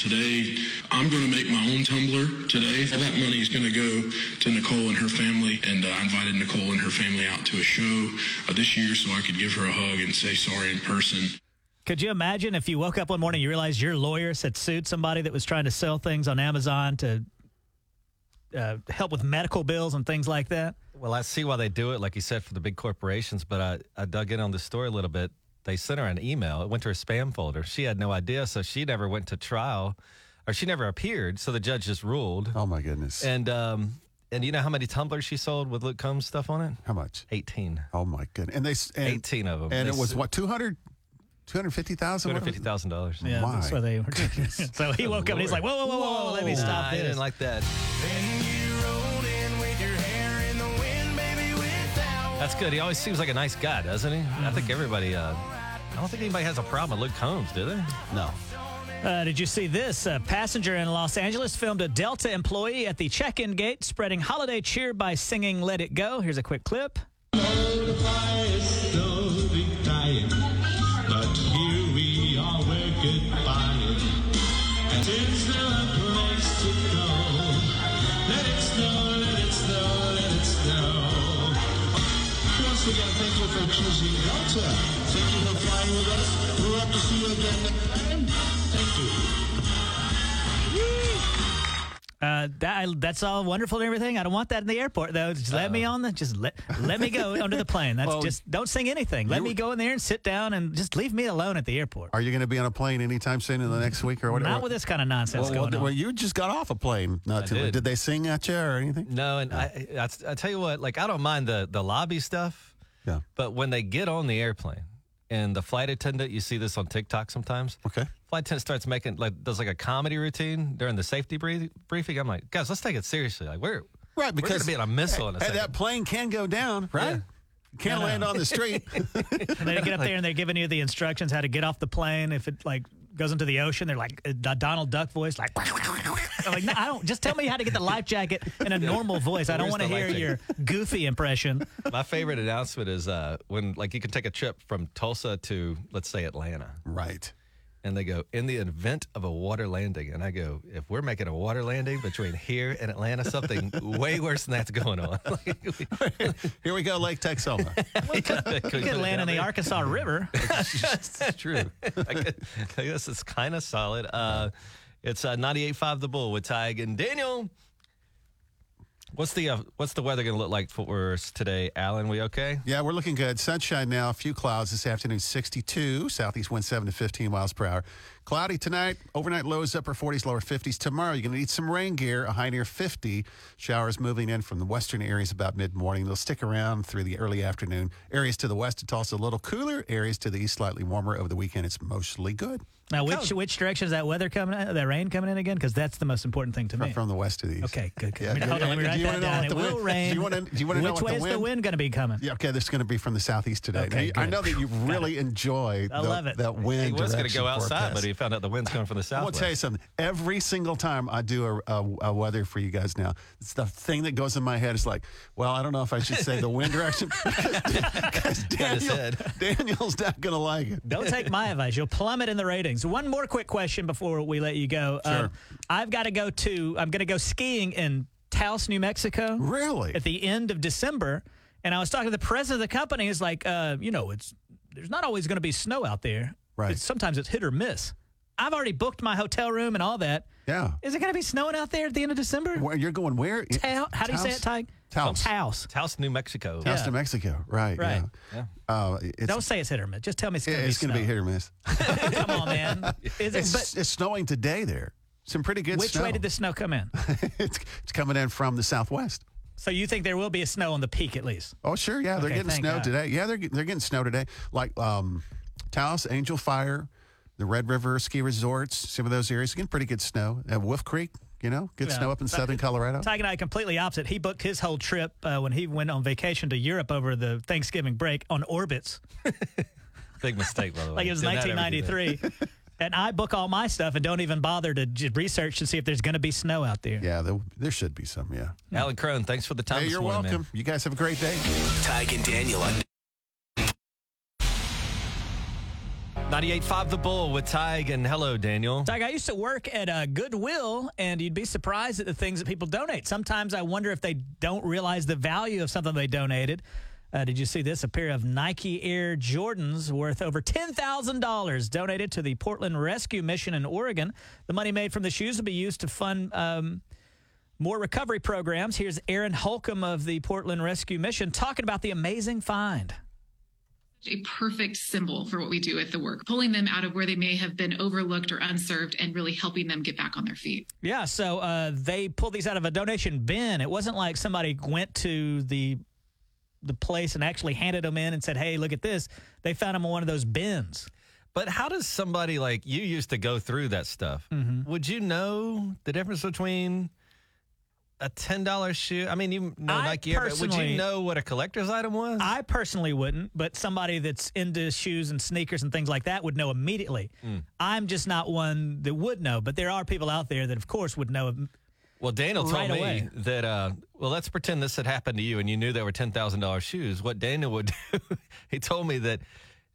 today. I'm going to make my own Tumblr today. All that money is going to go to Nicole and her family. And uh, I invited Nicole and her family out to a show uh, this year so I could give her a hug and say sorry in person. Could you imagine if you woke up one morning you realized your lawyers had sued somebody that was trying to sell things on Amazon to uh, help with medical bills and things like that? Well, I see why they do it, like you said, for the big corporations, but I, I dug in on the story a little bit. They sent her an email. It went to her spam folder. She had no idea, so she never went to trial or she never appeared. So the judge just ruled. Oh my goodness. And um, and you know how many tumblers she sold with Luke Combs stuff on it? How much? 18. Oh my goodness. And they s- and, 18 of them. And They it was su- what 200 250,000 What was it? $250,000. Yeah, that's My where they were. so he woke up and he's like, whoa, whoa, whoa, whoa, whoa, let me Nah, stop I this. didn't like that. That's good. He always seems like a nice guy, doesn't he? I think everybody. Uh, I don't think anybody has a problem with Luke Combs, do they? No. Uh, did you see this? A passenger in Los Angeles filmed a Delta employee at the check in gate spreading holiday cheer by singing Let It Go. Here's a quick clip. Uh, that, that's all wonderful and everything. I don't want that in the airport though. Just let me on the just let let me go under the plane. That's Well, just don't sing anything. Let you- me go in there and sit down and just leave me alone at the airport. Are you going to be on a plane anytime soon in the next week or whatever? Not with this kind of nonsense well, well, going on. well, you just got off a plane not too did. long. Did they sing at you or anything? No, and I, I, I tell you what, like I don't mind the the lobby stuff, Yeah. but when they get on the airplane and the flight attendant, you see this on TikTok sometimes. Okay. Flight attendant starts making like does like a comedy routine during the safety brief, briefing. I'm like, guys, let's take it seriously. Like we're Right, we're gonna because be in a missile in a Hey, second. that plane can go down, right? Can't land on the street. and they get up there and they're giving you the instructions uh, how to get off the plane if it like goes into the ocean. They're like a Donald Duck voice, like I'm like, no, I don't. Just tell me how to get the life jacket in a normal voice. I don't Where's want to the hear life your goofy impression. My favorite announcement is uh, when, like, you can take a trip from Tulsa to, let's say, Atlanta, Right. and they go, in the event of a water landing. And I go, if we're making a water landing between here and Atlanta, something way worse than that's going on. like, we Here we go, Lake Texoma. couldn't put You it could land in down the there. Arkansas River. it's true. I guess- I guess it's kind of solid. Uh, it's uh, 98.5 The Bull with Tig and Daniel. What's the uh, what's the weather going to look like for us today, Alan? We okay? Yeah, we're looking good. Sunshine now, a few clouds this afternoon, 62. Southeast wind 7 to 15 miles per hour. Cloudy tonight, overnight lows upper 40s, lower 50s. Tomorrow, you're going to need some rain gear, a high near 50. Showers moving in from the western areas about mid morning. They'll stick around through the early afternoon. Areas to the west, it's also a little cooler. Areas to the east, slightly warmer. Over the weekend, it's mostly good Now, which which direction is that weather coming? In, that rain coming in again? Because that's the most important thing to me. from the west to the east. Okay, good. good. Yeah, I mean, yeah, hold on, let me yeah, write do you that wanna know down. what It the will wind- rain. do you wanna- do you wanna know Which what the way is the wind- wind going to be coming? Yeah, okay, this is going to be from the southeast today. Okay, Now, I good. know that you really enjoy I the- love it. that wind. He was going to direction go outside, forecast. but he found out the wind's coming from the south. I will tell you something. Every single time I do a, a, a weather for you guys now, it's the thing that goes in my head is like, well, I don't know if I should say the wind direction because his Daniel, head. Daniel's not going to like it. Don't take my advice. You'll plummet in the ratings. One more quick question before we let you go. Um, Sure. I've got to go to, I'm going to go skiing in Taos, New Mexico. Really? At the end of December. And I was talking to the president of the company. He's like, uh, you know, it's there's not always going to be snow out there. Right. It's, sometimes it's hit or miss. I've already booked my hotel room and all that. Yeah. Is it going to be snowing out there at the end of December? Where, you're going where? Tao- how do you say it, Ty? Taos. Taos. Taos, New Mexico. Taos Yeah. to Mexico. Right. Right. Yeah. Uh, it's Don't say it's hit or miss. Just tell me it's going to be it's going to be hit or miss. snow. Come on, man. Is it, It's, but it's snowing today there. Some pretty good which snow. way did the snow come in? it's, it's coming in from the southwest. So you think there will be a snow on the peak at least? Oh, sure. Yeah, they're Okay, getting thank snow God. today. Yeah, they're, get- they're getting snow today. Like um, Taos, Angel Fire, the Red River Ski Resorts, some of those areas getting pretty good snow. At Wolf Creek, you know, good Yeah. snow up in So- southern Colorado. Ty and I are completely opposite. He booked his whole trip uh, when he went on vacation to Europe over the Thanksgiving break on orbits, Big mistake, by the way. like it was Did not ever do that. 1993. and I book all my stuff and don't even bother to j- research and see if there's going to be snow out there. Yeah, there, there should be some. Yeah. Alan Crone, thanks for the time. Hey, this you're morning, man. welcome. You guys have a great day. Tig and Daniel on 98.5 The Bull with Tig and hello, Daniel. Like I used to work at uh, Goodwill, and you'd be surprised at the things that people donate. Sometimes I wonder if they don't realize the value of something they donated. Uh, did you see this? A pair of Nike Air Jordans worth over $10,000 donated to the Portland Rescue Mission in Oregon. The money made from the shoes will be used to fund um, more recovery programs. Here's Aaron Holcomb of the Portland Rescue Mission talking about the amazing find. a perfect symbol for what we do at the work, pulling them out of where they may have been overlooked or unserved and really helping them get back on their feet. Yeah, so uh, they pulled these out of a donation bin. It wasn't like somebody went to the the place and actually handed them in and said, "Hey, look at this." They found them in one of those bins. But how does somebody like you used to go through that stuff? Mm-hmm. Would you know the difference between a ten dollar shoe? I mean, you know I Nike Air, but would personally- you know what a collector's item was? I personally wouldn't, but somebody that's into shoes and sneakers and things like that would know immediately. Hmm. I'm just not one that would know, but there are people out there that, of course, would know. well, Daniel told Right me away. that. Uh, well, let's pretend this had happened to you, and you knew there were ten thousand dollars shoes. What Daniel would do? he told me that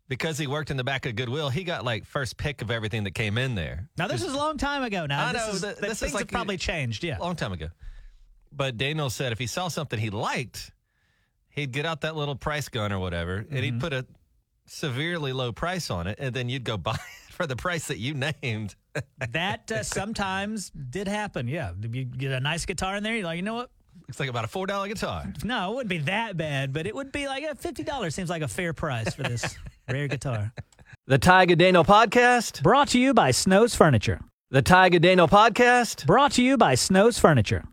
because he worked in the back of Goodwill, he got like first pick of everything that came in there. Now, this was a long time ago. Now, I Uh, this know, is, th- that this is things like have probably you- changed. Yeah, a long time ago. But Daniel said if he saw something he liked, he'd get out that little price gun or whatever, and Mm-hmm. he'd put a severely low price on it, and then you'd go buy it for the price that you named. that uh, sometimes did happen. Yeah, you get a nice guitar in there. You're like, you know what? Looks like about a four dollar guitar. No, it wouldn't be that bad, but it would be like uh, fifty dollars seems like a fair price for this rare guitar. The Tiger Daniel podcast. Brought to you by Snow's Furniture. The Tiger Daniel podcast. Brought to you by Snow's Furniture.